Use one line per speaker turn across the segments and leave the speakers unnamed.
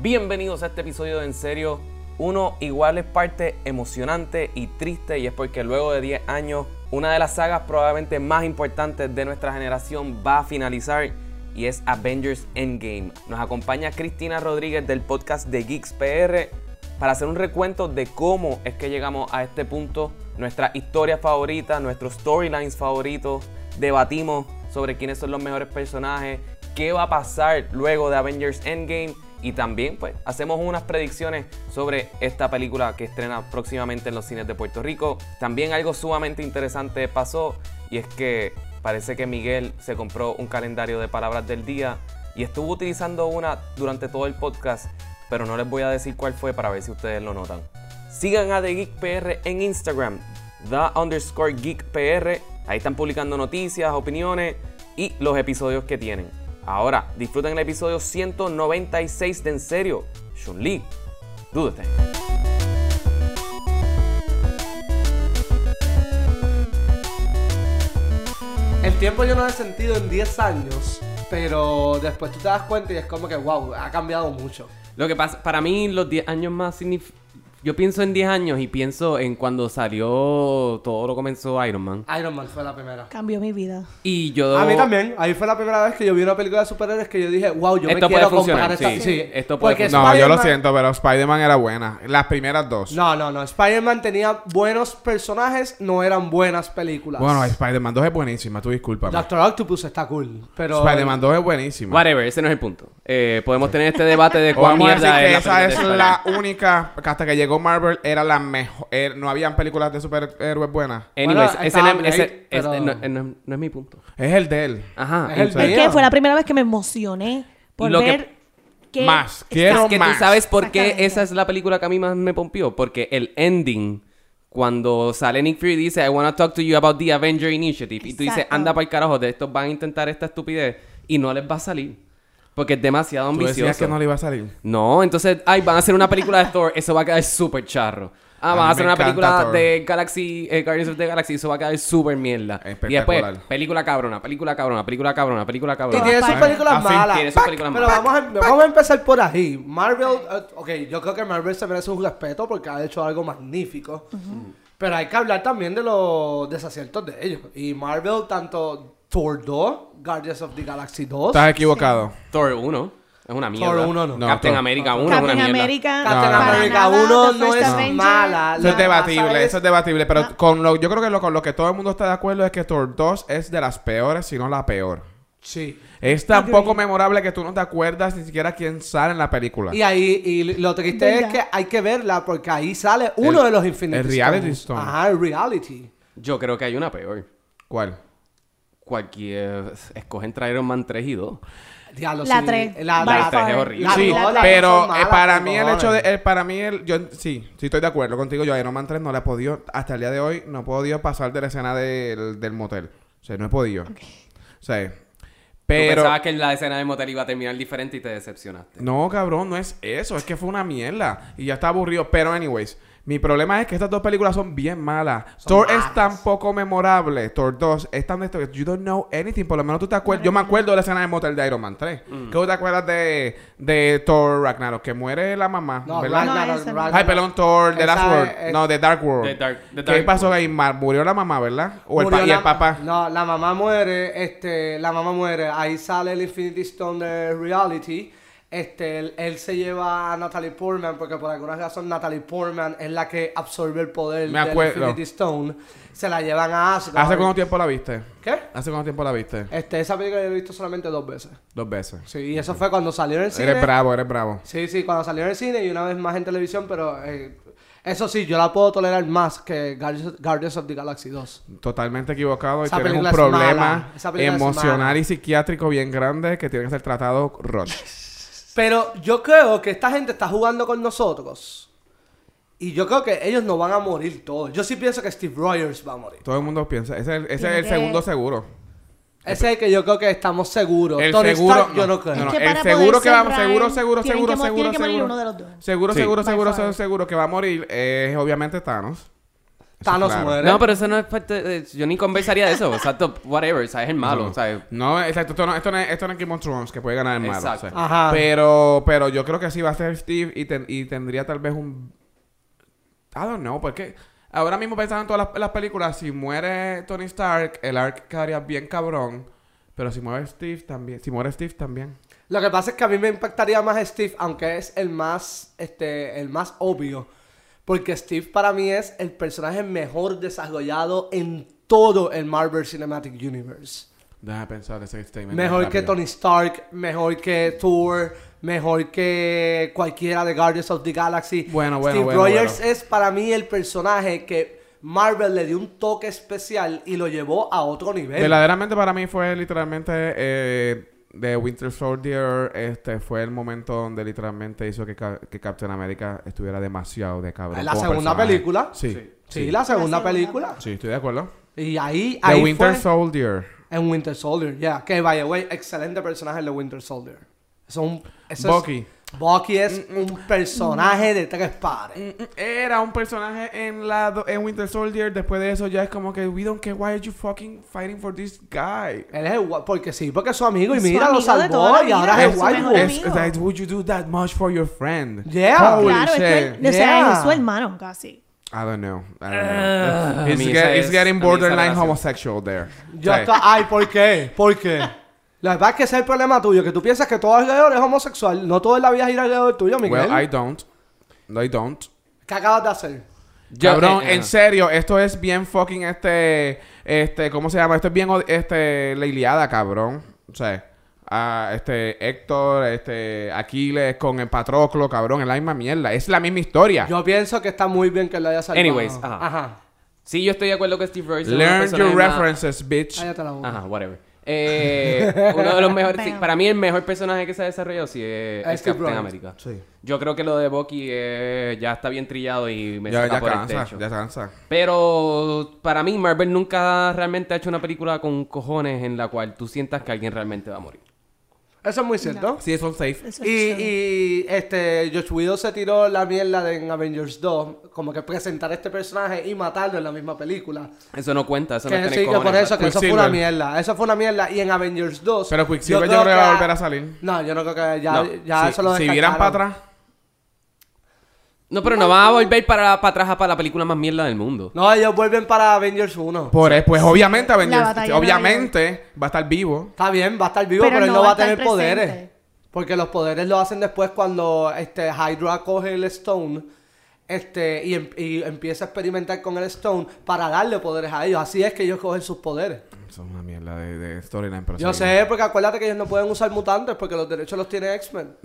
Bienvenidos a este episodio de En Serio. Uno igual es parte emocionante y triste y es porque luego de 10 años una de las sagas probablemente más importantes de nuestra generación va a finalizar y es Avengers Endgame. Nos acompaña Cristina Rodríguez del podcast de Geeks PR para hacer un recuento de cómo es que llegamos a este punto, nuestras historias favoritas, nuestros storylines favoritos, debatimos sobre quiénes son los mejores personajes, qué va a pasar luego de Avengers Endgame y también pues hacemos unas predicciones sobre esta película que estrena próximamente en los cines de Puerto Rico. También algo sumamente interesante pasó y es que parece que Miguel se compró un calendario de palabras del día y estuvo utilizando una durante todo el podcast, pero no les voy a decir cuál fue para ver si ustedes lo notan. Sigan a The Geek PR en Instagram, the underscore Geek PR. Ahí están publicando noticias, opiniones y los episodios que tienen. Ahora, disfruten el episodio 196 de En Serio, Chun-Li. Dúdate.
El tiempo yo no lo he sentido en 10 años, pero después tú te das cuenta y es como que, wow, ha cambiado mucho.
Lo que pasa, para mí los 10 años más signif- Yo pienso en 10 años y pienso en cuando salió todo lo comenzó Iron Man.
Iron Man fue la primera.
Cambió mi vida.
Y yo...
A mí también, ahí fue la primera vez que yo vi una película de superhéroes que yo dije, wow, yo
Esto
me quiero
puede funcionar,
comprar esta.
sí. Esto puede
Porque
funcionar.
No, yo lo
Spider-Man-
siento, pero Spider-Man era buena. Las primeras dos.
No, no, no. Spider-Man tenía buenos personajes, no eran buenas películas.
Bueno, Spider-Man 2 es buenísima, tú discúlpame.
Doctor Octopus está cool, pero.
Spider-Man 2 es buenísima.
Whatever, ese no es el punto. Eh, podemos tener este debate de
O
cuál
vamos a decir
mierda es
que
la
esa es
película de
la
Spider-Man.
única, que hasta que llegó Marvel, era la mejor. eh, no habían películas de superhéroes buenas.
Anyways,
Bueno,
ese,
estaba
no, ese-
great, pero-
ese no, eh, no es- no es mi punto.
Es el de él.
Ajá.
Es el
Sí.
de-
Es que fue la primera vez que me emocioné por
Lo que-
ver que...
Más.
Exacto.
Quiero
Es que
más.
tú sabes por qué
Exactamente.
esa es la película que a mí más me pompió. Porque el ending, cuando sale Nick Fury, dice, I wanna talk to you about the Avenger Initiative. Y tú dices,
Exacto.
anda para el carajo, de estos van a intentar esta estupidez. Y no les va a salir. Porque es demasiado
Tú decías
ambicioso.
que no
No,
le iba a salir.
entonces, ay, van a hacer una película de Thor, eso va a quedar súper charro. Ah,
A
van
mí
a hacer una
me encanta
película
Thor.
de Galaxy, eh, Guardians of the Galaxy, eso va a quedar súper mierda. Y después,
Espectacular.
película cabrona, película cabrona, película cabrona, película
Y
cabrona.
tiene sus
Pac,
películas
así,
malas.
tiene sus
Pac,
películas
pero
malas.
Vamos, a, vamos a empezar por ahí. Marvel, eh, ok, yo creo que Marvel se merece un respeto porque ha hecho algo magnífico. Pero hay que hablar también de los desaciertos de ellos. Y Marvel, tanto Thor 2, Guardians of the Galaxy 2,
Estás equivocado.
Thor 1 es una mierda.
Thor 1 no.
No,
Captain
Thor-
America 1 es una
Captain
mierda.
America.
Captain
No, no, no.
America
para nada,
1
The
no
First
es
Avenger.
mala.
Eso
Lo
es
que pasa
debatible,
es-
eso es debatible. Pero
Ah.
con lo, yo creo que lo, con lo que todo el mundo está de acuerdo es que Thor 2 es de las peores, si no la peor.
Sí.
Es tan poco memorable que tú no te acuerdas ni siquiera quién sale en la película.
Y ahí, y lo triste
¿Verdad?
es que hay que verla porque ahí sale uno
El-
de los Infinity
el Reality
Stones.
Stone.
Ajá, el Reality.
Yo creo que hay una peor.
¿Cuál?
Cualquier. Escogen traer Iron Man 3 y 2.
Diablo,
La
sí.
3.
La,
by
la-
far.
la-
horrible.
la-
sí,
no, la-
pero
son malas,
eh, para
con
mí el
cojones.
hecho de... eh, para mí el... Yo, sí, sí estoy de acuerdo contigo. Yo Iron Man 3 no la he podido... Hasta el día de hoy no he podido pasar de la escena del, del motel. O sea, no he podido. O sea,
Pero.
pero...
Pensabas que la escena de motel iba a terminar diferente y te decepcionaste.
No, cabrón, no es eso. Es que fue una mierda. Y ya está aburrido. Pero, anyways, mi problema es que estas dos películas son bien malas. Thor es tan poco memorable. Thor 2 es tan esto. You don't know anything. Por lo menos tú te acuerdas. Yo me acuerdo de la escena de motel de Iron Man 3. ¿Qué tú te acuerdas de, de Thor Ragnarok? Que muere la mamá.
No,
¿verdad?
Ragnarok,
No, esa no.
Ragnarok.
Ay, perdón, Thor, The
Esa
Last World.
es-
No, The Dark World.
The Dark- The
¿Qué
Dark
pasó ahí? Ma- Murió la mamá, ¿verdad? O el
Murió
pa- y
la-
el papá.
No, la mamá muere, este, la mamá muere, ahí sale el Infinity Stone de Reality. Este, él, él se lleva a Natalie Portman porque por alguna razón Natalie Portman es la que absorbe el poder
Me
del
acuerdo.
Infinity Stone. Se la llevan a Asgard.
¿Hace cuánto tiempo la viste?
¿Qué?
¿Hace cuánto tiempo la viste?
Este, esa película yo la he visto solamente dos veces.
Dos veces.
Sí, y eso fue cuando salió en el cine.
Eres bravo, eres bravo.
Sí, sí, cuando salió en el cine y una vez más en televisión, pero eh, eso sí, yo la puedo tolerar más que Guardians Guardians of the Galaxy 2.
Totalmente equivocado y
Esa
tienes un
película es mala.
problema
Esa película es
emocional
mala.
y psiquiátrico bien grande que tiene que ser tratado rush.
Pero yo creo que esta gente está jugando con nosotros. Y yo creo que ellos no van a morir todos. Yo sí pienso que Steve Rogers va a morir.
Todo el mundo piensa, ese es el, ese es
Tiene
el
que-
segundo seguro.
Ese es el que yo creo que estamos seguros.
El
Tony
seguro,
Stark, yo
no.
no creo.
No, no.
Es que
el
para
seguro
poder
que vamos-
cerrar,
seguro, seguro,
tienen
seguro,
que mo-
seguro,
Tiene que morir
seguro.
uno de los dos.
Seguro,
Sí.
seguro,
By
seguro,
far.
seguro, seguro que va a morir eh, es obviamente Thanos.
Thanos
claro.
muere.
No, pero eso no es parte de- Yo ni conversaría de eso. Exacto, whatever. O sea, es el malo.
No.
O sea,
No, exacto, esto no, esto no es, esto no es Game of Thrones que puede ganar el malo.
Exacto.
o sea.
Ajá.
Pero, pero yo creo que sí va a ser Steve y, ten- y tendría tal vez un. I don't know, porque ahora mismo pensando en todas las, las películas, si muere Tony Stark, el arc quedaría bien cabrón. Pero si muere Steve también. Si muere Steve también.
Lo que pasa es que a mí me impactaría más Steve, aunque es el más, este, el más obvio. Porque Steve para mí es el personaje mejor desarrollado en todo el Marvel Cinematic Universe.
Déjame pensar ese statement.
Mejor
rápido.
que Tony Stark, mejor que Thor, mejor que cualquiera de Guardians of the Galaxy.
Bueno, bueno,
Steve
bueno,
Rogers
bueno.
es para mí el personaje que Marvel le dio un toque especial y lo llevó a otro nivel.
Verdaderamente para mí fue literalmente eh, de Winter Soldier, este fue el momento donde literalmente hizo que, ca- que Captain America estuviera demasiado de cabrón.
La
como
segunda
personaje.
película.
Sí.
Sí,
Sí,
la segunda
La segunda.
película.
Sí, estoy de acuerdo.
Y ahí,
The
ahí
Winter
fue
Soldier.
en Winter Soldier. Ya, que by the way, excelente personaje el de Winter Soldier. Eso es un, eso es-
Bucky. Mm,
Bucky es un personaje de tres pares.
Era un personaje en la do- en Winter Soldier. Después de eso ya es como que we don't care why are you fucking fighting for this guy.
Él es el gua- porque sí, porque es su amigo y
Es su
mira, lo
amigo de
salvó
toda la
y ahora
vida,
es
es
el
su
White
mejor
Wolf.
amigo.
Es- es like, would you do that much for your friend?
Yeah.
Holy
Claro, es que
shit.
él- o sea,
Yeah.
es su hermano casi.
I don't know. I don't know.
Ah,
it's,
a mí
get-
esa
it's
es- a mí
getting
esa
borderline
relación.
homosexual there.
Yo
Sí.
estoy- ay, ¿por qué? ¿Por qué? La verdad es que ese es el problema tuyo, que tú piensas que todo alrededor es homosexual. No toda la vida gira alrededor tuyo, Miguel.
Well, I don't. I don't.
¿Qué acabas de hacer?
Yo-
Cabrón,
eh, eh,
en serio, esto es bien fucking este. Este, ¿cómo se llama? Esto es bien od- este, la Iliada, cabrón. O sea, a, este Héctor, este Aquiles con el Patroclo, cabrón, es la misma mierda. Es la misma historia.
Yo pienso que está muy bien que lo haya salvado.
Anyways, ajá.
Ajá.
Sí, yo estoy de acuerdo que Steve Rogers es una
Learn
persona
your
más-
references, bitch.
Cállate la boca.
Ajá, whatever. Eh, uno de los mejores. sí,
Bam.
para mí, el mejor personaje que se ha desarrollado sí es,
Es
es
Steve
Captain
Rogers.
America.
Sí.
Yo creo que lo de Bucky eh, ya está bien trillado y me
Ya,
saca
ya
por el
cansa,
techo.
ya cansa.
Pero para mí, Marvel nunca realmente ha hecho una película con cojones en la cual tú sientas que alguien realmente va a morir.
Eso es muy cierto.
Sí, son safe.
Eso es
Y,
cierto.
y este, Josh Widow se tiró la mierda de en Avengers 2, como que presentar a este personaje y matarlo en la misma película.
Eso no cuenta, eso no
que
es tener
sí, que
cojones.
por eso, que eso fue una
Quicksilver.
mierda. Eso fue una mierda. Y en Avengers 2.
Pero Quicksilver yo creo que va a volver a salir.
No, yo no creo que ya,
No,
ya
si,
eso lo
si vieran para
descartaron.
atrás.
No, pero no va a volver para, para atrás a para la película más mierda del mundo.
No, ellos vuelven para Avengers 1.
Por, pues obviamente, Avengers-
batalla de
obviamente va a estar vivo.
Está bien, va a estar vivo, pero,
Pero
él
no
no va
va
a
a
tener
estar
poderes.
presente.
Porque los poderes lo hacen después cuando este, Hydra coge el Stone este, y, em- y empieza a experimentar con el Stone para darle poderes a ellos. Así es que ellos cogen sus poderes.
Eso es una mierda de, de storyline. pero
Yo
sí.
sé, porque acuérdate que ellos no pueden usar mutantes porque los derechos los tiene X-Men.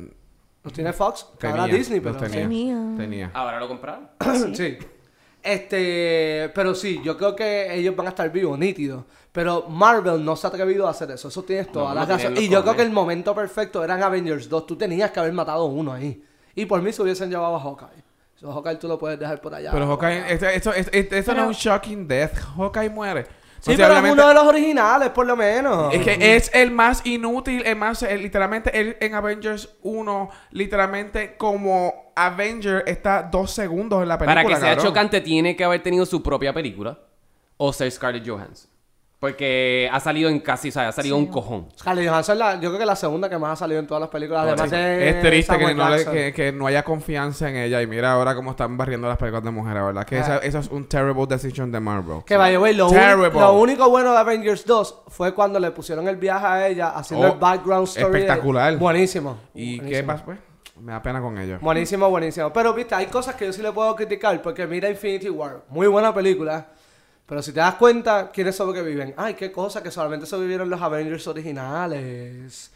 Los tiene Fox, que ahora
Tenía,
Disney,
los
pero... Ah,
tenía.
Tenía.
Tenía.
Ahora lo compraron.
Sí. Este, pero sí, yo creo que ellos van a estar vivos, nítidos. Pero Marvel no se ha atrevido a hacer eso. Eso tienes toda
No,
la
no
razón.
tienen
Y
los
yo creo
cojones.
que el momento perfecto eran Avengers 2. Tú tenías que haber matado uno ahí. Y por mí se hubiesen llevado a Hawkeye. So, Hawkeye tú lo puedes dejar por allá.
Pero Hawkeye, este- esto, esto- esto- esto no es un shocking death. Hawkeye muere.
Sí,
O sea,
pero es
obviamente-
uno de los originales, por lo menos.
es que es el más inútil, el más, el- literalmente, él en Avengers 1, literalmente como Avenger está dos segundos en la película.
Para que sea
cabrón.
chocante tiene que haber tenido su propia película o ser Scarlett Johansson. Porque ha salido en casi, o sea, ha salido un cojón.
Scarlett Johansson es la- yo creo que es la segunda que más ha salido en todas las películas. Además de
Pues Es triste que
Samuel
no, le-
Jackson.
que, que no haya confianza en ella. Y mira ahora cómo están barriendo las películas de mujeres, ¿verdad? Que esa-
Ah.
eso es un terrible decision de Marvel.
Que by the way, lo, uni-
Terrible.
lo único bueno de Avengers 2 fue cuando le pusieron el viaje a ella haciendo
Oh,
el background story. de-
espectacular.
Buenísimo.
¿Y qué
Buenísimo.
pasa, pues? Me da pena con ellos.
Buenísimo, buenísimo. Pero viste, hay cosas que yo sí le puedo criticar porque mira Infinity War, muy buena película. Pero si te das cuenta, ¿quiénes sobreviven? Ay, qué cosa, que solamente sobrevivieron los Avengers originales.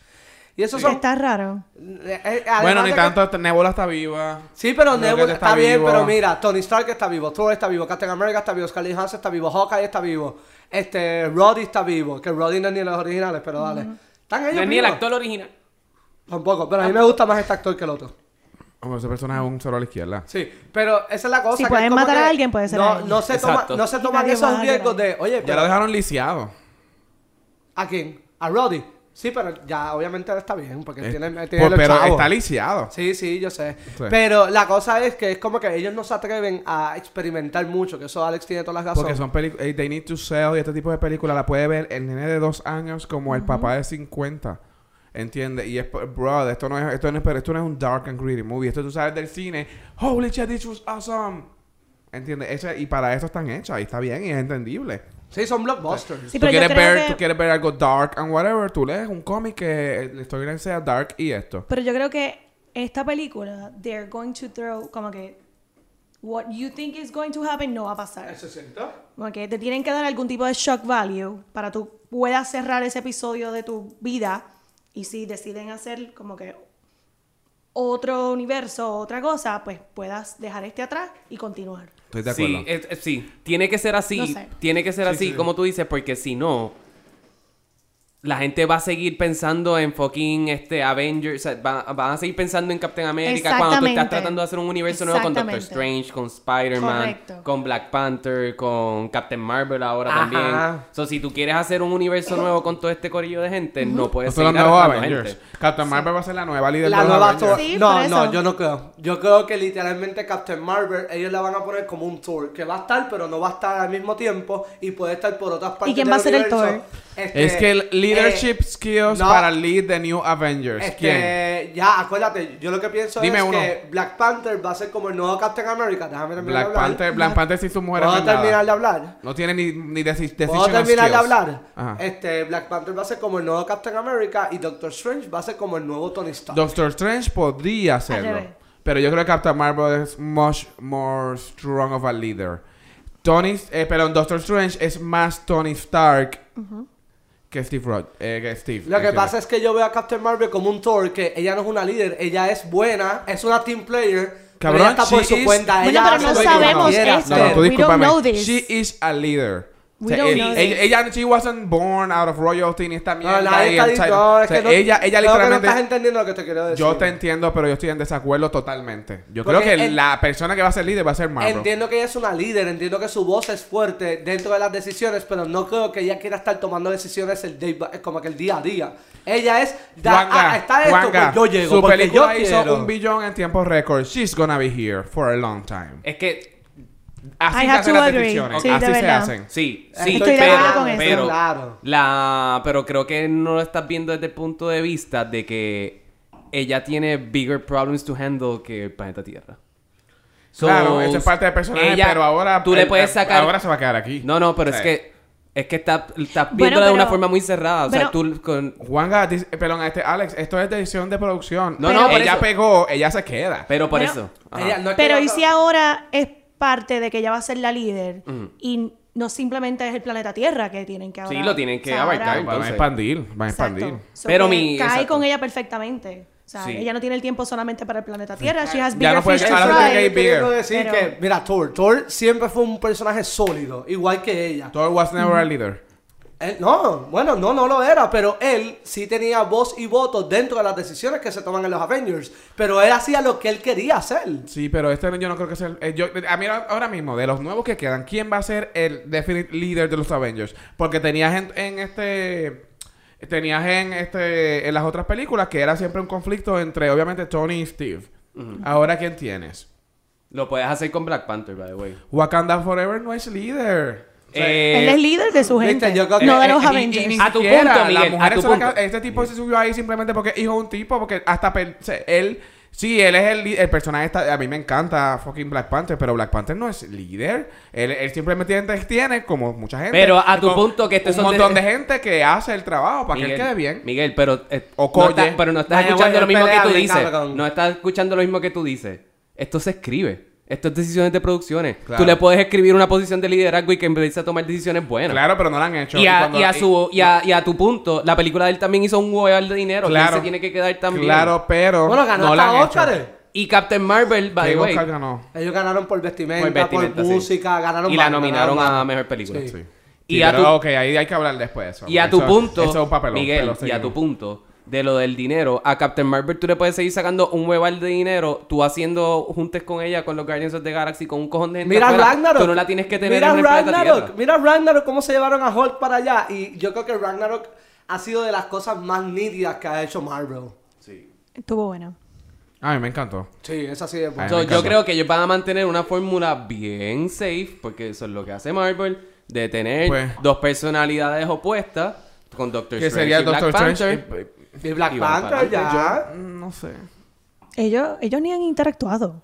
Y eso son...
Está raro.
eh, eh, además
Bueno, ni
de que-
tanto, Nebula está viva.
Sí, pero
Creo que
Nebula
él
está, bien,
vivo.
pero mira, Tony Stark está vivo, Thor está vivo, Captain America está vivo, Scarlett Johansson está vivo, Hawkeye está vivo, este, Roddy está vivo, que Roddy no es ni de los originales, pero dale. Están ellos
No es ni el
vivos?
actor original.
Tampoco, pero a mí me gusta más este actor que el otro.
Hombre, ese personaje es un solo a la izquierda.
Sí, pero esa es la cosa.
Si
que
pueden
es como
matar
que
a alguien, puede ser a
No,
él.
no se, toma,
Exacto.
no se
Y
toman
nadie va
esos
a
riesgos
llorar.
de, oye,
Ya
pero,
lo dejaron lisiado.
¿a quién? ¿A Roddy? Sí, pero ya obviamente ahora está bien, porque él
Eh,
tiene, él
pues,
tiene los
pero
chavos.
está lisiado.
Sí, sí, yo sé.
Sí.
Pero la cosa es que es como que ellos no se atreven a experimentar mucho, que eso Alex tiene todas las
Porque
razones.
son películas. They need to sell. Y este tipo de películas la puede ver el nene de dos años como el papá de 50. ¿Entiendes? Y es. Bro, esto no es, esto, no es, pero esto no es un dark and greedy movie. Esto tú sales del cine. Holy shit, this was awesome. ¿Entiendes? Eso- y para eso están hechas. Y está bien y es entendible.
Sí, son blockbusters.
Sí,
tú,
pero yo
quieres
creo
ver,
que-
tú quieres ver algo dark and whatever. Tú lees un cómic que eh, la historia sea dark y esto.
Pero yo creo que esta película, they're going to throw, como que, what you think is going to happen no va a pasar.
¿Eso es cierto?
Como que te tienen que dar algún tipo de shock value para tú puedas cerrar ese episodio de tu vida y si deciden hacer como que otro universo, otra cosa, pues puedas dejar este atrás y continuar.
Estoy de acuerdo.
Sí,
eh,
es- es- sí, tiene que ser así.
No sé.
Tiene que ser así, como tú dices, porque si no, la gente va a seguir pensando en fucking este Avengers. o sea, va- van a seguir pensando en Captain America cuando tú estás
Exactamente.
tratando de hacer un universo nuevo con Doctor
Exactamente.
Strange, con Spider-Man,
Correcto.
con Black Panther, con Captain Marvel ahora
Ajá.
también. So, si tú quieres hacer un universo nuevo con todo este corillo de gente, no puedes
Estos son los
seguir
nuevos
arrastrando
Avengers.
gente.
Captain Marvel va a ser la nueva líder
La
de los
nueva
Avengers.
Thor.
Sí, por
no,
eso.
no, yo no creo. Yo creo que literalmente Captain Marvel, ellos la van a poner como un tour, que va a estar, pero no va a estar al mismo tiempo y puede estar por otras partes.
quién
del
va a ser el
universo.
Thor?
Este,
Es que el leadership
eh,
skills
no.
para lead the new Avengers.
Este,
¿Quién?
ya, acuérdate, yo lo que pienso
Dime
es
uno.
que Black Panther va a ser como el nuevo Captain America. Déjame terminar
Black
de hablar.
Panther, Black Panther sí su mujer
¿Puedo terminar de hablar?
No tiene ni, ni deci-
¿Puedo
decision
terminar de
skills.
hablar?
Ajá.
Este, Black Panther va a ser como el nuevo Captain America y Doctor Strange va a ser como el nuevo Tony Stark.
Doctor Strange podría
revés.
hacerlo. Pero yo creo que Captain Marvel es much more strong of a leader. Tony, eh, perdón, Doctor Strange es más Tony Stark que Steve Rod, eh, que Steve.
Lo que pasa es que yo veo a Captain Marvel como un Thor, que ella no es una líder, ella es buena, es una team player, pero
Cabrón,
ella está por
she
su
is-
cuenta.
Bueno,
ella
pero
hace
no
lo que
sabemos
quiera
eso.
No,
hacer.
no, tú
We don't
discúlpame.
know this.
She is a leader.
We don't
el-
know
ella,
this.
ella- she wasn't born out of royalty ni esta
No,
mierda.
la
y
está
el
diciendo-
type-
no,
o
es
sea,
que no-
ella, ella
creo que no
literalmente.
estás entendiendo lo que te quiero decir.
yo te entiendo, pero yo estoy en desacuerdo totalmente. Yo
Porque
creo que
el-
la persona que va a ser líder va a ser Marvel.
Entiendo que ella es una líder, entiendo que su voz es fuerte dentro de las decisiones, pero no creo que ella quiera estar tomando decisiones el day, by- como que el día a día. Ella es, da-
Wanga,
ah, está esto,
Wanga,
pues yo llego,
su
porque yo
película hizo
quiero.
un billón en tiempo récord. She's gonna be here for a long time.
Es que
Así
I
se
have
hacen
to
las
agree.
decisiones.
Sí, de
Así se
verdad.
hacen.
Sí, sí,
Estoy
Ah, de
pero,
acuerdo con eso.
pero
Claro.
la, pero creo que no lo estás viendo desde el punto de vista de que ella tiene bigger problems to handle que el planeta Tierra. So,
claro, eso es parte del personaje,
ella-
pero ahora
tú le
el-
puedes
el-
sacar
Ahora se va a quedar aquí.
No, no, pero
O
es
sea,
que es que está- estás
Bueno,
viéndola de
pero-
una forma muy cerrada, o sea,
pero-
tú con
Juanga, dice- perdón, este Alex, esto es decisión de producción.
No,
Pero- no, por
ella
eso.
pegó, ella se queda.
pero por
Bueno,
eso. ajá.
Ella- no es que
Pero
no-
y si ahora es parte de que ella va a ser la líder y no simplemente es el planeta Tierra que tienen que
Sí,
ahora.
lo tienen que
ahora-
abarcar,
van a
entonces-
expandir, van a
Exacto.
expandir.
So
Pero
que
mi-
cae
exacto.
con ella perfectamente. O sea,
Sí.
ella no tiene el tiempo solamente para el planeta Tierra. She has
Ya
bigger
no puede-
fish to
ahora
Eso
tiene
es
fry.
que
lo que quiero
bigger.
decir
Pero-
que, mira, Thor, Thor siempre fue un personaje sólido, igual que ella.
Thor was never a leader.
Él- no, bueno, no, no lo era, pero él sí tenía voz y voto dentro de las decisiones que se toman en los Avengers, pero él hacía lo que él quería hacer.
Sí, pero este yo no creo que sea el... eh, yo- a mí ahora- ahora mismo, de los nuevos que quedan, ¿quién va a ser el definite líder de los Avengers? Porque tenías en, en este... Tenías en este en las otras películas que era siempre un conflicto entre, obviamente, Tony y Steve. Ahora, ¿quién tienes?
Lo puedes hacer con Black Panther, by the way.
Wakanda Forever no es líder.
Eh,
Él es líder de su
Viste,
gente,
yo creo que-
no de
eh,
los
y- y-
Avengers. Ah,
y ni
A tu
siquiera
punto,
las
Miguel, a
mujeres
tu
son las
punto.
que- Este tipo se subió ahí simplemente porque es hijo de un tipo, porque hasta pe- se- él... Sí, él es el, li- el personaje, está- a mí me encanta fucking Black Panther, pero Black Panther no es líder. Él, él simplemente tiene- tiene, como mucha gente...
Pero a tu
con-
punto que estos
Un
son de-
montón de... gente que hace el trabajo para que él quede bien.
Miguel, pero, eh,
O
no
colle.
estás- pero no estás
Vaya,
escuchando
bueno,
lo mismo que tú
peleable,
dices.
cabrón.
No estás escuchando lo mismo que tú dices. Esto se escribe. Esto es decisiones de producciones.
Claro.
Tú le puedes escribir una posición de liderazgo y que empiece a tomar decisiones buenas.
Claro, pero no lo han hecho.
Y
Y
a,
cuando-
y a
y-
su, y, a, y a tu punto, la película de él también hizo un hueval de dinero. que él se tiene que quedar también.
Claro, pero
Bueno, ganó
no lo
hasta
han hecho.
Óscares.
Y Captain Marvel, by
Sí,
the way.
Oscar ganó.
Ellos ganaron por vestimenta, por,
Por vestimenta, sí.
música, ganaron
Y la
varios,
nominaron
ganaron
a
varios.
Mejor Película.
Sí.
Sí.
Y
Sí,
a
pero,
tu-
ok, ahí hay que hablar después de eso.
Y a
Eso-
tu punto,
eso es un papelón,
Miguel,
pero
y a
seguimos.
tu punto de lo del dinero, a Captain Marvel tú le puedes seguir sacando un hueval de dinero, tú haciendo juntes con ella, con los Guardians of the Galaxy, con un cojón de gente.
Mira
afuera,
Ragnarok.
Tú no la tienes que tener
mira
en el planeta
Ragnarok.
Tierra.
Mira Ragnarok, cómo se llevaron a Hulk para allá. Y yo creo que Ragnarok ha sido de las cosas más nítidas que ha hecho Marvel.
Sí.
Estuvo bueno.
A mí me encantó.
Sí, es así de bueno.
Ay,
So,
me
yo
encanta.
creo que ellos van a mantener una fórmula bien safe, porque eso es lo que hace Marvel, de tener
Pues.
dos personalidades opuestas con Doctor
Que
Strange
sería
y Black
Doctor Strange.
Panther.
Eh,
Y Black
Y van para
Panther ya.
yo, mm, no sé.
Ellos, ellos ni han interactuado.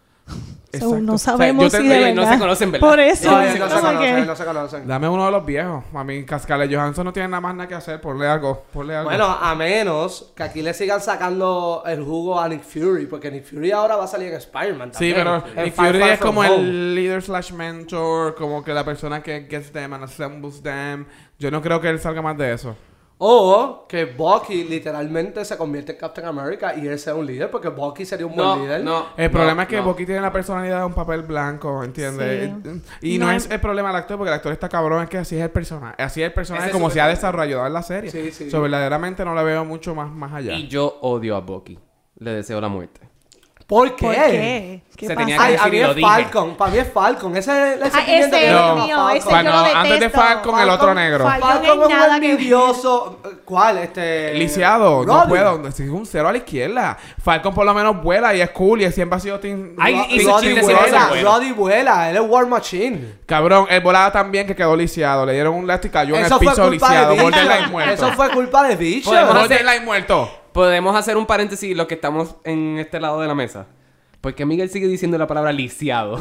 So,
Exacto.
no
O sea, yo
sabemos
te-
si de
oye,
verdad.
no se conocen, ¿verdad?
Por eso.
No, ellos no se
como que-
conocen, no se conocen.
Dame uno de los viejos. A mí, Cascale Johansson no tiene nada más nada que hacer. Ponle algo. Ponle algo.
Bueno, a menos que aquí le sigan sacando el jugo a Nick Fury, porque Nick Fury ahora va a salir en Spider-Man
sí,
también.
pero
En
Nick
Far,
Fury
Far
es
From
como
Home.
el leader slash mentor, como que la persona que gets them and assembles them. Yo no creo que él salga más de eso.
O que Bucky literalmente se convierte en Captain America y él sea un líder, porque Bucky sería un buen líder.
El problema es que
no.
Bucky tiene la personalidad de un papel blanco, ¿entiendes?
Sí.
Y no,
No
es
es-
el problema del actor, porque el actor está cabrón, es que así es el personaje. Así es el personaje
Ese es
como
su
se ha
personaje.
desarrollado en la serie.
Sí, sí.
So, verdaderamente no la veo mucho más, más allá.
Y yo odio a Bucky. Le deseo la muerte.
¿Por qué?
¿Por qué? ¿Qué
Se
pasa?
tenía
Ay,
que-
a mí
Y lo
es
dije.
Falcon, para mí es Falcon. Ese es el
Ah, ese
sentimiento que
es
yo
No.
tengo a
mío, ese
Falcon.
yo lo
Bueno, antes de
detesto.
Falcon, el otro
Falcon-
negro.
Fal- Falcon
Falcon
es
es un
nada que-
envidioso. ¿Cuál? Este.
Lisiado, no
Robin.
puedo. Es un cero a la izquierda. Falcon por lo menos vuela y es cool y siempre ha sido team...
Ay,
Ro-
y
team
su
Roddy
chiste siempre
Roddy
vuela.
es
vuela,
bueno.
Roddy vuela, él es War Machine.
Cabrón, el volaba también que quedó lisiado. Le dieron un lazo y cayó en el
Eso fue
piso
culpa
lisiado.
de
Borderline
Bicho.
muerto.
Eso fue culpa de Bicho.
Podemos Pues, hacer-
Borderline muerto.
Podemos hacer un paréntesis los que estamos en este lado de la mesa. Porque Miguel sigue diciendo la palabra lisiado.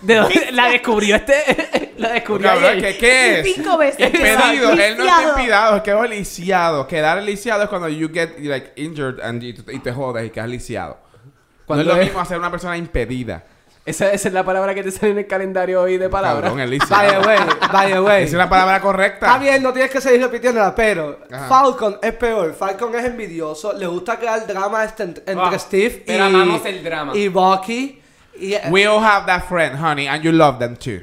¿De dónde- La descubrió este. La descubrió.
Cabrón,
ayer.
¿qué, qué es?
Cinco veces.
Impedido, él no está
Lisiado.
impidado, es que es lisiado. Quedar lisiado es cuando you get like injured and you- y te jodes y quedas lisiado. Cuando
Cuando
no es lo
es-
mismo hacer una persona impedida.
Esa, esa es la palabra que te sale en el calendario hoy de palabras.
Cabrón, es
By the
lisiado.
way, by the way.
Esa es la palabra correcta.
Está bien, no tienes que seguir repitiéndola, pero
Ajá.
Falcon es peor. Falcon es envidioso, le gusta crear drama este- entre
Ah,
Steve y,
pero amamos el drama.
y Bucky. Y eh,
We all have that friend, honey, and you love them too.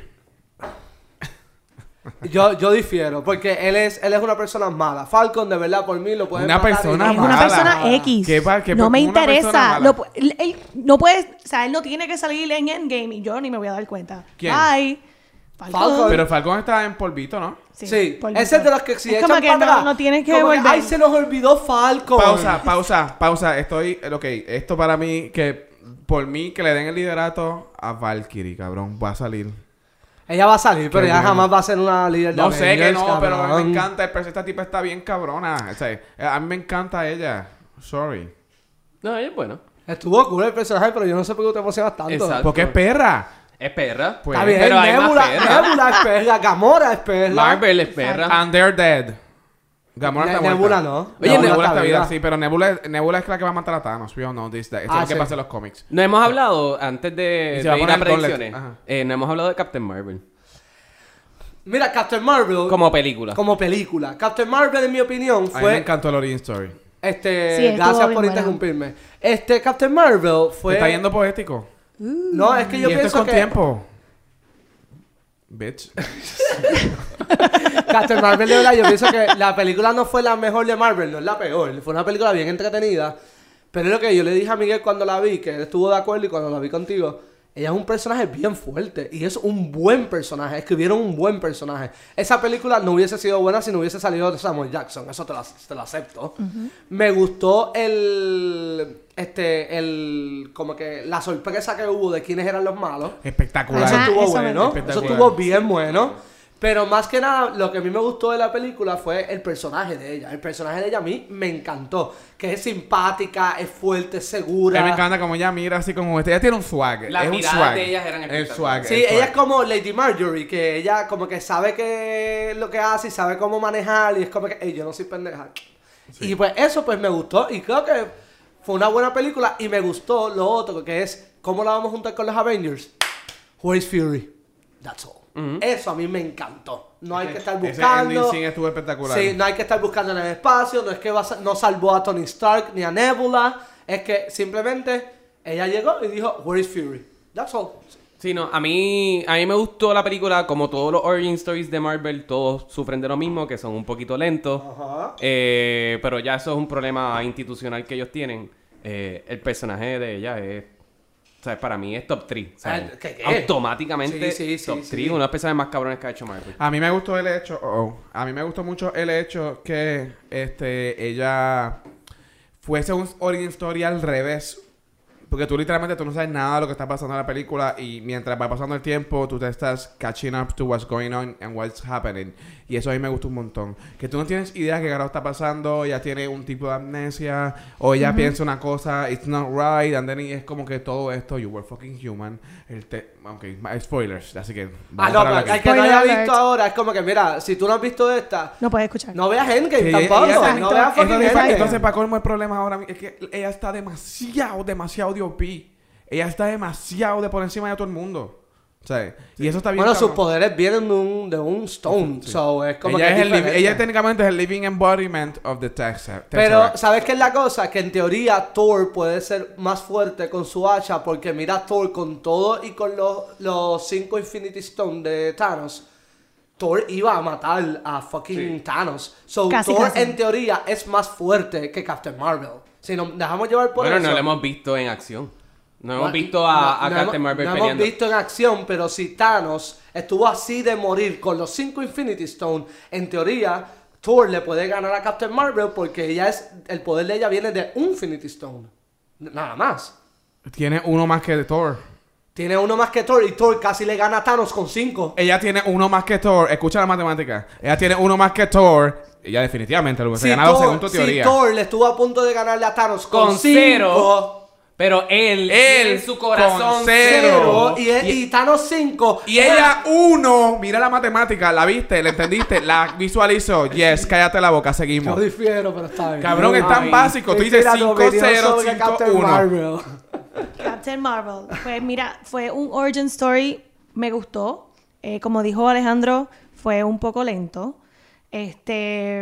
yo, yo difiero, porque él es, él es una persona mala. Falcon, de verdad, por mí lo puede
Una persona
Es una
mala.
persona X.
Qué pa- qué pa-
no me
una persona
interesa.
mala.
Lo pu- él- él no puede, o sea, él no tiene que salir en Endgame y yo ni me voy a dar cuenta.
¿Quién?
Bye. Falcon.
Falcon.
Pero Falcón está en polvito, ¿no?
Sí,
polvito.
ese es de los que si
Es
echan
como que
para
no,
atrás,
no tienes que
como
volver.
Ay, se nos olvidó Falcon.
Pausa, pausa, pausa. Estoy, ok, esto para mí, que por mí que le den el liderato a Valkyrie, cabrón, va a salir.
Ella va a salir, pero
Qué
ella
bueno.
jamás va a ser una líder de
No sé que
Avengers,
no, pero me
cabrón.
encanta. el precio. Esta tipa está bien cabrona. O sea, eh, a mí me encanta ella. Sorry.
No, es bueno.
Estuvo cool el personaje, pero yo no sé por qué te emocionas tanto.
Exacto.
Porque es perra.
Es perra.
Pues,
Está bien,
pero hay más
Nebula,
perras.
Nebula es perra, Gamora es perra.
Marvel es perra.
And they're dead. Gamora
Ne-
está muerta.
Nebula no.
Oye,
Nebula
Nebula,
está
está viva,
viva.
sí, pero Nebula, Nebula es la que va a matar a Thanos. We all know this. Esto
Ah,
es lo que
sí.
pasa en los cómics.
No hemos hablado, antes de,
Y se va
de
a
ir a
poner el gauntlet.
predicciones,
Ajá.
eh, no hemos hablado de Captain Marvel.
Mira, Captain Marvel
Como película.
como película. Captain Marvel, en mi opinión,
A mí me
fue...
encantó el origin story.
Este,
Sí, estuvo
gracias
bien
por
buena.
interrumpirme. Este, Captain Marvel
Te
fue...
Está yendo poético.
No, es que Pues, yo
y esto es
pienso
con
que
tiempo. Bitch.
Captain Marvel, de verdad, yo pienso que la película no fue la mejor de Marvel, no es la peor. Fue una película bien entretenida. Pero es lo que yo le dije a Miguel cuando la vi, que él estuvo de acuerdo y cuando la vi contigo, ella es un personaje bien fuerte y es un buen personaje. Escribieron un buen personaje. Esa película no hubiese sido buena si no hubiese salido de Samuel Jackson. Eso te lo, te lo acepto. Me gustó el. Este, el. Como que la sorpresa que hubo de quiénes eran los malos.
Espectacular.
Eso
Ajá,
estuvo
eso me
bueno.
gusta.
Eso
Espectacular.
estuvo bien bueno. Pero más que nada, lo que a mí me gustó de la película fue el personaje de ella. El personaje de ella a mí me encantó. Que es simpática, es fuerte, es segura.
A mí me encanta como ella mira así como este. Ella tiene un swag.
Las
es un
miradas
swag.
de ellas eran
el swag.
Sí,
el swag.
ella es como Lady Marjorie, que ella como que sabe que lo que hace y sabe cómo manejar y es como que, "Ey, yo no soy pendeja. Y pues eso pues me gustó y creo que fue una buena película y me gustó lo otro que es cómo la vamos a juntar con los Avengers. Where is Fury? That's all. Eso a mí me encantó. No hay que estar
Ese
buscando.
ending scene estuvo espectacular.
Sí, no hay que estar buscando en el espacio, no es que va a sa- no salvó a Tony Stark ni a Nebula, es que simplemente ella llegó y dijo, "Where is Fury?" That's all.
Sí, no, a mí, a mí me gustó la película, como todos los origin stories de Marvel, todos sufren de lo mismo, que son un poquito lentos, Eh, pero ya eso es un problema institucional que ellos tienen. Eh, el personaje de ella es O sea, para mí es top 3.
Ah, ¿qué, qué?
Automáticamente
Sí, sí, sí,
top 3.
sí.
Uno de los personajes más cabrones que ha hecho Marvel.
A mí me gustó el hecho, oh, oh. a mí me gustó mucho el hecho que este ella fuese un origin story al revés. Porque tú literalmente tú no sabes nada de lo que está pasando en la película y mientras va pasando el tiempo tú te estás catching up to what's going on and what's happening. Y eso a mí me gusta un montón. Que tú no tienes idea que carajo está pasando, ella tiene un tipo de amnesia o ella piensa una cosa, it's not right, and then es como que todo esto, you were fucking human. El te ok, spoilers, así que...
Ah,
vamos
no,
para la
pero
que-
el que no
Spoiler
haya
alert.
visto ahora es como que, mira, si tú no has visto esta,
No puedes escuchar.
no veas Endgame
Sí,
tampoco.
ella-
no
exacto.
veas fucking
entonces, pa-
Endgame.
entonces, para colmo el problema ahora mi- es que ella está demasiado, demasiado de OP. Ella está demasiado de por encima de todo el mundo. O sea, y eso está bien.
bueno, sus
cabrón.
poderes vienen de un, de un stone, so es como
ella,
que
es el liv-
diferente.
ella técnicamente es el living embodiment of the Texas.
Pero, ¿sabes qué es la cosa? Que en teoría Thor puede ser más fuerte con su hacha porque mira a Thor con todo y con los, los cinco Infinity Stones de Thanos. Thor iba a matar a fucking Thanos. So
Casi,
Thor
casi.
en teoría es más fuerte que Captain Marvel. Si nos dejamos llevar por
bueno,
eso.
no lo hemos visto en acción. No hemos
Bueno,
visto a,
no-
a
no
Captain
hemos-
Marvel
no
peleando.
hemos visto en acción, pero si Thanos estuvo así de morir con los cinco Infinity Stones, en teoría, Thor le puede ganar a Captain Marvel porque ella es, el poder de ella viene de un Infinity Stone. Nada más.
Tiene uno más que Thor.
Tiene uno más que Thor y Thor casi le gana a Thanos con cinco.
Ella tiene uno más que Thor. Escucha la matemática. Ella tiene uno más que Thor. Ella definitivamente lo hubiese ganado según tu
si
teoría.
Thor le estuvo a punto de ganarle a Thanos con,
Con
cinco,
cero. Pero él,
Él,
en su corazón,
con cero.
cero, y, y Thanos cinco.
Y ella, uno, mira la matemática, la viste, la entendiste, la visualizó. Yes, cállate la boca,
Yo
seguimos.
difiero, pero está bien.
Cabrón, es tan
Ay,
básico. Tú dices
Estoy tirando videos
5-0,
sobre Captain
5-1.
Marvel.
Captain Marvel. Pues mira, fue un origin story, me gustó. Eh, como dijo Alejandro, fue un poco lento. Este,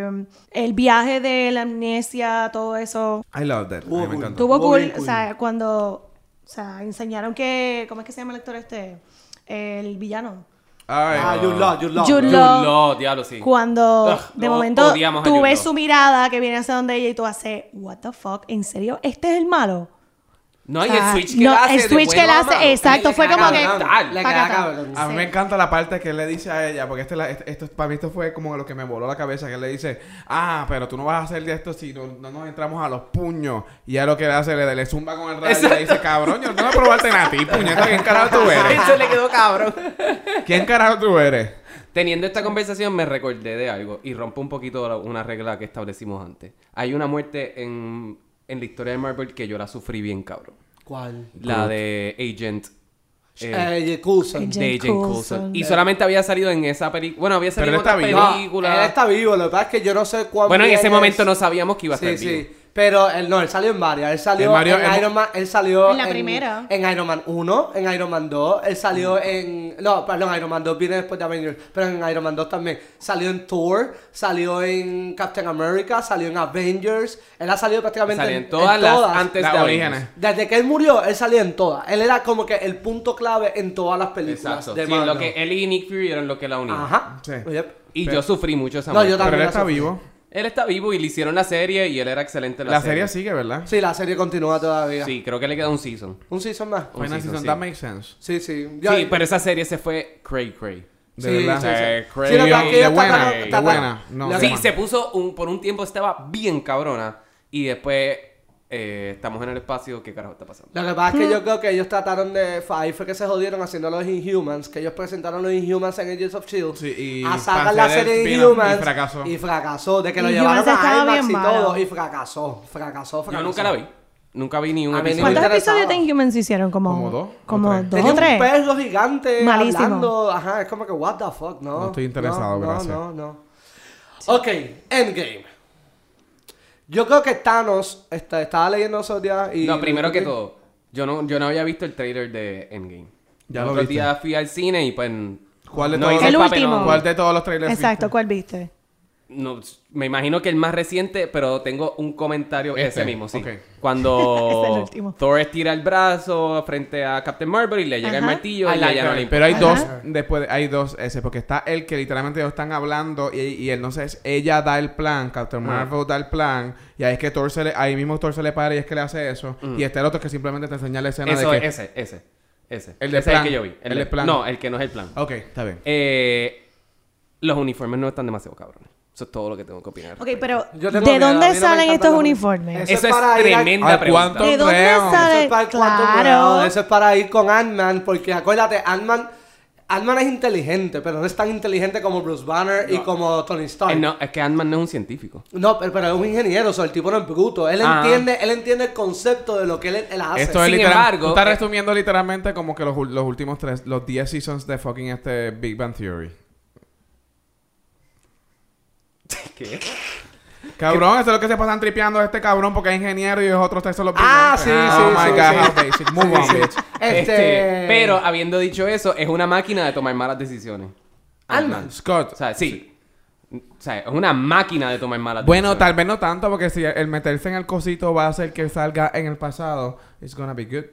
el viaje de la amnesia, todo eso,
I love that.
Tuvo
Ay, me
cool.
encantó.
tuvo
Estuvo
cool.
bien cool.
O sea, cuando, o sea, enseñaron que, ¿cómo es que se llama el actor este? El villano.
Ay,
Ah, Jude Law, Jude Law.
Jude
Jude
Law.
Law, diablo, sí.
Cuando
Ugh,
de
lo
momento
odiamos a
tú
Jude
ves
Law.
su mirada que viene hacia donde ella y tú haces, ¿What the fuck? ¿En serio? ¿Este es el malo?
No, y el
Ah,
switch que
no,
le hace.
el
de
switch que
bueno
le
a
hace,
malo.
exacto,
Le
fue
caga
como que-
cabrón. Tal.
Le
Pa'
caga
acá.
cabrón.
A mí
Sí.
me encanta la parte que él le dice a ella, porque este la- este- esto, para mí esto fue como lo que me voló la cabeza, que él le dice, ah, pero tú no vas a hacer de esto si no, no nos entramos a los puños. Y ya lo que le hace, le, le zumba con el rayo y le dice, cabrón, yo no voy a probarte nada a ti, puñeta, ¿quién carajo tú eres?
Eso le quedó cabrón.
¿Quién carajo tú eres?
Teniendo esta conversación me recordé de algo y rompo un poquito la- una regla que establecimos antes. Hay una muerte en, en la historia de Marvel que yo la sufrí bien, cabrón.
¿Cuál?
La de Agent. eh,
Eh, Coulson.
Agent
de Agent Coulson.
Coulson.
Y solamente había salido en esa película. Bueno, había salido
él
en otra
está vivo.
película.
Él está vivo, lo que pasa es que yo no sé cuándo.
Bueno, en ese momento no sabíamos que iba a
Sí,
estar
sí.
vivo.
Pero él no, él salió en varias. Él salió
El Mario-
en
el-
Iron Man. Él salió
En la primera.
En Iron Man 1, en Iron Man 2. Él
Mm.
salió en. No, perdón, Iron Man 2 viene después de Avengers. Pero en Iron Man 2 también. Salió en Thor, salió en Captain America, salió en Avengers. Él ha salido prácticamente
Salió en todas las antes
Las
de Avengers.
orígenes.
Desde que él murió, él salía en todas. Él era como que el punto clave en todas las películas.
Exacto.
de
Sí,
Marvel.
lo que él y Nick Fury eran lo que la unían.
Ajá.
Sí.
Yep.
Y
Pero-
yo sufrí mucho esa
No,
muerte.
yo
Pero él
la
está
sufrí.
vivo.
Él está vivo y le hicieron la serie y él era excelente en la,
La serie sigue, ¿verdad?
Sí, la serie continúa todavía.
Sí, creo que le queda un season.
Un season más.
Un season,
Final season,
sí.
that makes sense.
Sí, sí.
Sí, pero esa serie se fue cray cray.
De
Sí,
verdad.
sí, sí.
Eh, cray.
Sí, no,
De
tranquilo, está
buena,
tan-
de
está tan-
buena. No,
la-
de
sí,
buena.
se puso un, por un tiempo estaba bien cabrona y después eh, estamos en el espacio, ¿qué carajo está pasando?
Lo que pasa es que yo creo que ellos trataron de. Ahí fue que se jodieron haciendo los Inhumans. Que ellos presentaron los Inhumans en Agents of Shield.
Sí, y
E a sacar la
para hacer el
serie
spin-off,
Inhumans.
y fracasó.
Y fracasó. De que lo
Inhumans
llevaron a
estaba
IMAX y
bien
todo.
malo.
Y fracasó. Fracasó, fracasó.
Yo nunca la vi. Nunca vi ni un
A mí
episodio.
ni-
¿Cuántos
interesaba.
episodios de Inhumans hicieron? Como,
Como dos o
Como
tres.
dos
Tenía
o tres.
un perro gigante
Malísimo.
hablando. Ajá, es como que, what the fuck, no.
No estoy interesado,
no,
gracias.
No, no, no. Ok, Endgame. Yo creo que Thanos está- estaba leyendo esos días y.
No, primero que todo, yo no, yo no había visto el trailer de Endgame.
Ya
El
lo
otro
viste.
día fui al cine y pues
¿Cuál de
no
todos
hice
El
papelón.
último.
¿Cuál de todos los trailers?
Exacto,
viste?
¿cuál viste?
No, me imagino que el más reciente, pero tengo un comentario
Este,
ese mismo, sí.
ok.
Ese es el
Cuando
último.
Thor estira el brazo frente a Captain Marvel y le llega el
Ajá.
martillo y
I like
ella no
her.
le importa.
Ah, Pero hay
Ajá.
dos, después hay dos ese, porque está el que literalmente ellos están hablando y, y él no sé, es- ella da el plan, Captain
Ajá.
Marvel da el plan, y ahí es que Thor se le, ahí mismo Thor se le para y es que le hace eso. Y está el otro que simplemente te enseña la escena
Mm. Eso,
de
es-
que.
ese, ese, ese.
El de
Ese
plan.
es el que yo vi.
El de
de-
plan.
No, el que no es el plan.
Ok, está bien.
Eh, los uniformes no están demasiado cabrones. Eso es todo lo que tengo que opinar.
Ok,
respecto.
pero
Yo
¿de
tengo miedo, a mí no
dónde
me
salen
encantan
estos
los-
uniformes?
Eso
Eso
es para
es
ir a-
tremenda
Ay,
pregunta. Eh,
¿cuánto?
¿De dónde
creo.
Eso
salen?
es para el cuarto grado,
Claro.
Eso es para ir con Ant-Man. Porque acuérdate, Ant-Man. Ant-Man es inteligente, pero no es tan inteligente como Bruce Banner y como Tony Stark.
Eh, no, es que Ant-Man no es un científico.
No, pero, pero es un ingeniero, o sea, el tipo no es bruto. Él
Ah.
entiende, él entiende el concepto de lo que él, él hace.
Esto es
Sin
literal,
embargo,
tú estás
eh,
resumiendo literalmente como que los, ul- los últimos tres, los 10 seasons de fucking este Big Bang Theory.
¿Qué?
Cabrón, eso es lo que se pasan tripeando a este cabrón porque es ingeniero y los otros tres son los
Ah, sí,
primeros.
sí,
Oh my
sí,
god,
sí.
how basic. Move on, bitch.
Este-
Pero habiendo dicho eso, es una máquina de tomar malas decisiones. Ant-Man.
Scott.
O sea, sí. O sea, es una máquina de tomar malas
Bueno,
decisiones.
tal vez no tanto porque si el meterse en el cosito va a hacer que salga en el pasado, it's gonna be good.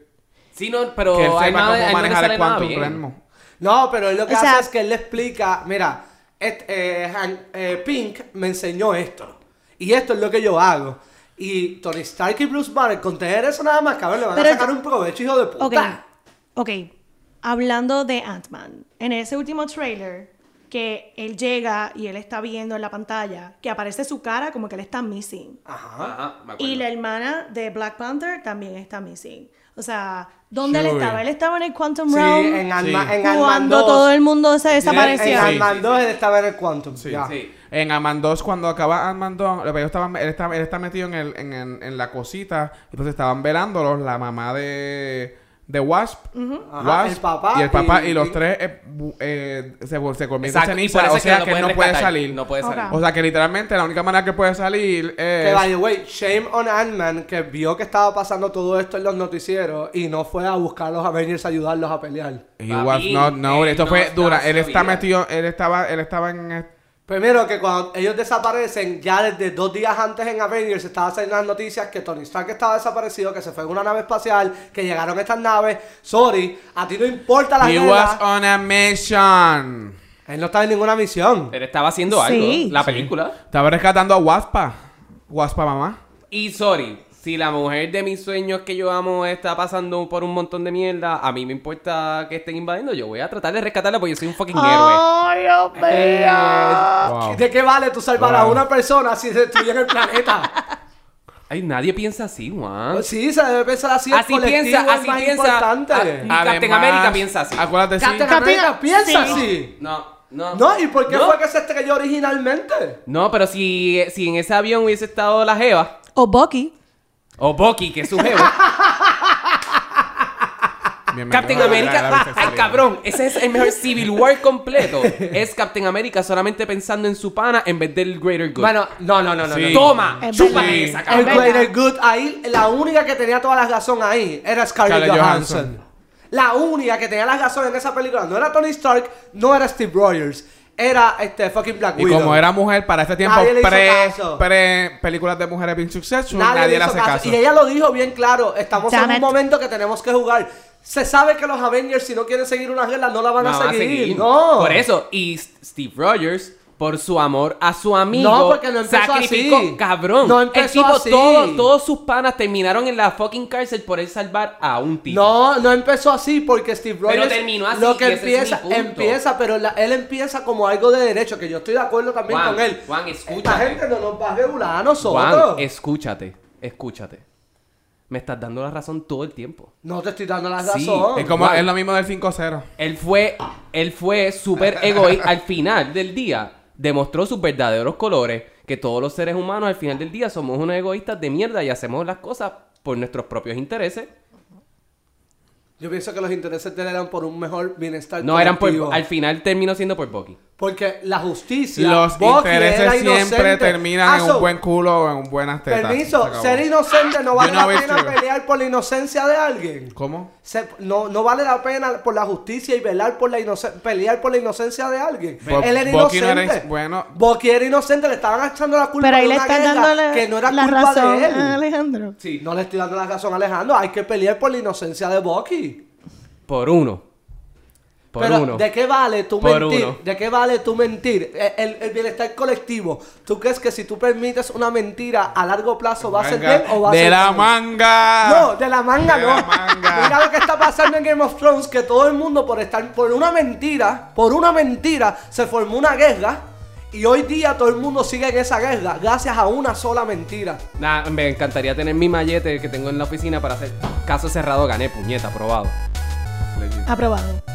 Sí, no, pero
que él
hay
sepa
nada, hay nada
cómo
que
manejar
sale
el
nada
quantum
bien.
realm.
No, pero él lo que
O
hace
sea-
es que él le explica, mira, et- eh, Han- eh, Pink me enseñó esto. Y esto es lo que yo hago. Y Tony Stark y Bruce Banner, con tener eso nada más, cabrón, le van
Pero
a sacar
yo-
un provecho, hijo de puta.
Ok, ok. Hablando de Ant-Man, en ese último trailer que él llega y él está viendo en la pantalla que aparece su cara como que él está missing.
Ajá.
Ajá, me acuerdo.
Y la hermana de Black Panther también está missing. O sea, ¿dónde él
Sure.
estaba? Él estaba en el Quantum
Sí,
Realm
en Alma,
Sí.
en Ant-Man
cuando
2.
todo el mundo se
En
desapareció.
Sí,
Ant-Man 2 él estaba en el Quantum. ya.
Sí.
En Amandos, cuando acaba Amandos, lo que ellos estaban, él, estaba, él está metido en, el, en, en- en la cosita, entonces estaban velándolos, la mamá de, de Wasp,
Ajá,
Wasp,
el papá
y el papá, y,
y-
los
y-
tres eh, bu- eh, se, vol- se convierten en
Exacto. y
ceniza,
parece
o sea
lo
que él
pueden
no puede
rescatar.
salir.
No puede
Ok.
salir.
O sea que literalmente la única manera que puede salir es...
Que by the way, shame on Ant-Man que vio que estaba pasando todo esto en los noticieros y no fue a buscar a los Avengers a ayudarlos a pelear.
He
Papi,
was not known.
él
Esto
no
fue
estaba
dura. Él está
sabía.
metido, él estaba, él estaba en el-
Primero que cuando ellos desaparecen, ya desde dos días antes en Avengers estaba saliendo las noticias que Tony Stark estaba desaparecido, que se fue en una nave espacial, que llegaron estas naves. Sorry, a ti no importa la
He was
guerra.
on a mission.
Él no estaba en ninguna misión.
Él estaba haciendo algo.
Sí.
La película.
Estaba rescatando a Waspa. Waspa mamá.
Y sorry, si la mujer de mis sueños que yo amo está pasando por un montón de mierda, a mí me importa que estén invadiendo. Yo voy a tratar de rescatarla porque yo soy un fucking
Ah.
héroe.
¡Ay, Dios mío!
Wow.
¿De qué vale tú salvar a
Wow.
una persona si se destruye el planeta?
Ay, nadie piensa así, Juan.
sí, se debe pensar así. el
Así
colectivo
piensa,
es
así
más
piensa.
importante.
Ah, ah. Captain América piensa así.
Acuérdate, sí.
Captain
Captain-
America piensa
sí.
así.
No, no.
No, ¿y por qué
No.
fue que se estrelló originalmente?
No, pero si, si en ese avión hubiese estado la Jeva,
O Bucky.
o Bucky, que es su Jeva,
Bienvenido.
Captain
Ah,
América.
la- la bisexualidad.
ay, cabrón, ese es el mejor Civil War completo. Es Captain América solamente pensando en su pana en vez del Greater Good.
Bueno, no, no, no, no.
Sí.
no.
Toma,
Es
chúpate
verdad.
esa,
El
cabrón.
verdad.
Greater Good ahí, la única que tenía toda la razón ahí era Scarlett
Scarlett
Johansson.
Johansson.
La única que tenía la razón en esa película no era Tony Stark, no era Steve Rogers, era este fucking Black
Y
Widow.
como era mujer para este tiempo,
Nadie le hizo
pre,
caso.
pre películas de mujeres bien successful,
nadie,
nadie,
le
le
hizo
hace caso.
Y ella lo dijo bien claro, estamos
Damn
en un
it.
momento que tenemos que jugar. Se sabe que los Avengers si no quieren seguir unas reglas no la van
No,
a
va a
seguir.
seguir.
No.
Por eso, y S- Steve Rogers, por su amor a su amigo,
No, porque no empezó
sacrificó,
así.
cabrón.
No empezó
el tipo,
así.
todo- todos sus panas terminaron en la fucking cárcel por él salvar a un tipo.
No, no empezó así porque Steve
Pero
Rogers.
terminó así,
Lo que
y ese es
empieza,
mi punto.
empieza, pero la- él empieza como algo de derecho, que yo estoy de acuerdo también
Juan,
con él.
Juan,
Esta
escúchame.
gente no nos va a regular a
Juan,
nosotros.
escúchate, escúchate. Me estás dando la razón todo el tiempo.
No te estoy dando la
Sí,
razón.
Es como,
Wow.
es lo mismo del 5-0.
Él fue, él fue súper egoísta. Al final del día, demostró sus verdaderos colores. Que todos los seres humanos al final del día somos unos egoístas de mierda y hacemos las cosas por nuestros propios intereses.
Yo pienso que los intereses de él eran por un mejor bienestar.
No eran por...
colectivo.
Al final terminó siendo por Bucky.
Porque la justicia.
Los
Bucky era
intereses siempre
inocente. Ah,
terminan en
so,
un buen culo o en un buenas tetas. Se
Permiso,
acabó.
ser inocente no vale
Yo no
la
veo
pena
esto.
pelear por la inocencia de alguien.
¿Cómo?
Se- no, no vale la pena por la justicia y velar por la inoce- pelear por la inocencia de alguien.
Bo-
Él era
Bucky no
inocente.
era in- bueno.
Bucky era inocente, le estaban echando la culpa
Pero ahí
de
le
una
estás
guerra
dando la,
que no era
la
culpa
razón
de
a
él.
Alejandro.
Sí.
No le estoy dando la razón a Alejandro, hay que pelear por la inocencia de Bucky.
Por uno. Por
Pero,
uno.
¿de qué vale tú
Por
mentir?
uno.
¿De qué vale tú mentir? Eh, El, el bienestar colectivo. ¿Tú crees que si tú permites una mentira a largo plazo va a ser
Manga.
bien o va a ser
de la
mal?
manga.
No, de la manga
De
no.
la manga.
Mira lo que está pasando en Game of Thrones, que todo el mundo por estar por una mentira, por una mentira se formó una guerra y hoy día todo el mundo sigue en esa guerra gracias a una sola mentira.
Nah, me encantaría tener mi mallete que tengo en la oficina para hacer caso cerrado, gané, puñeta, aprobado.
Legit.
Aprobado.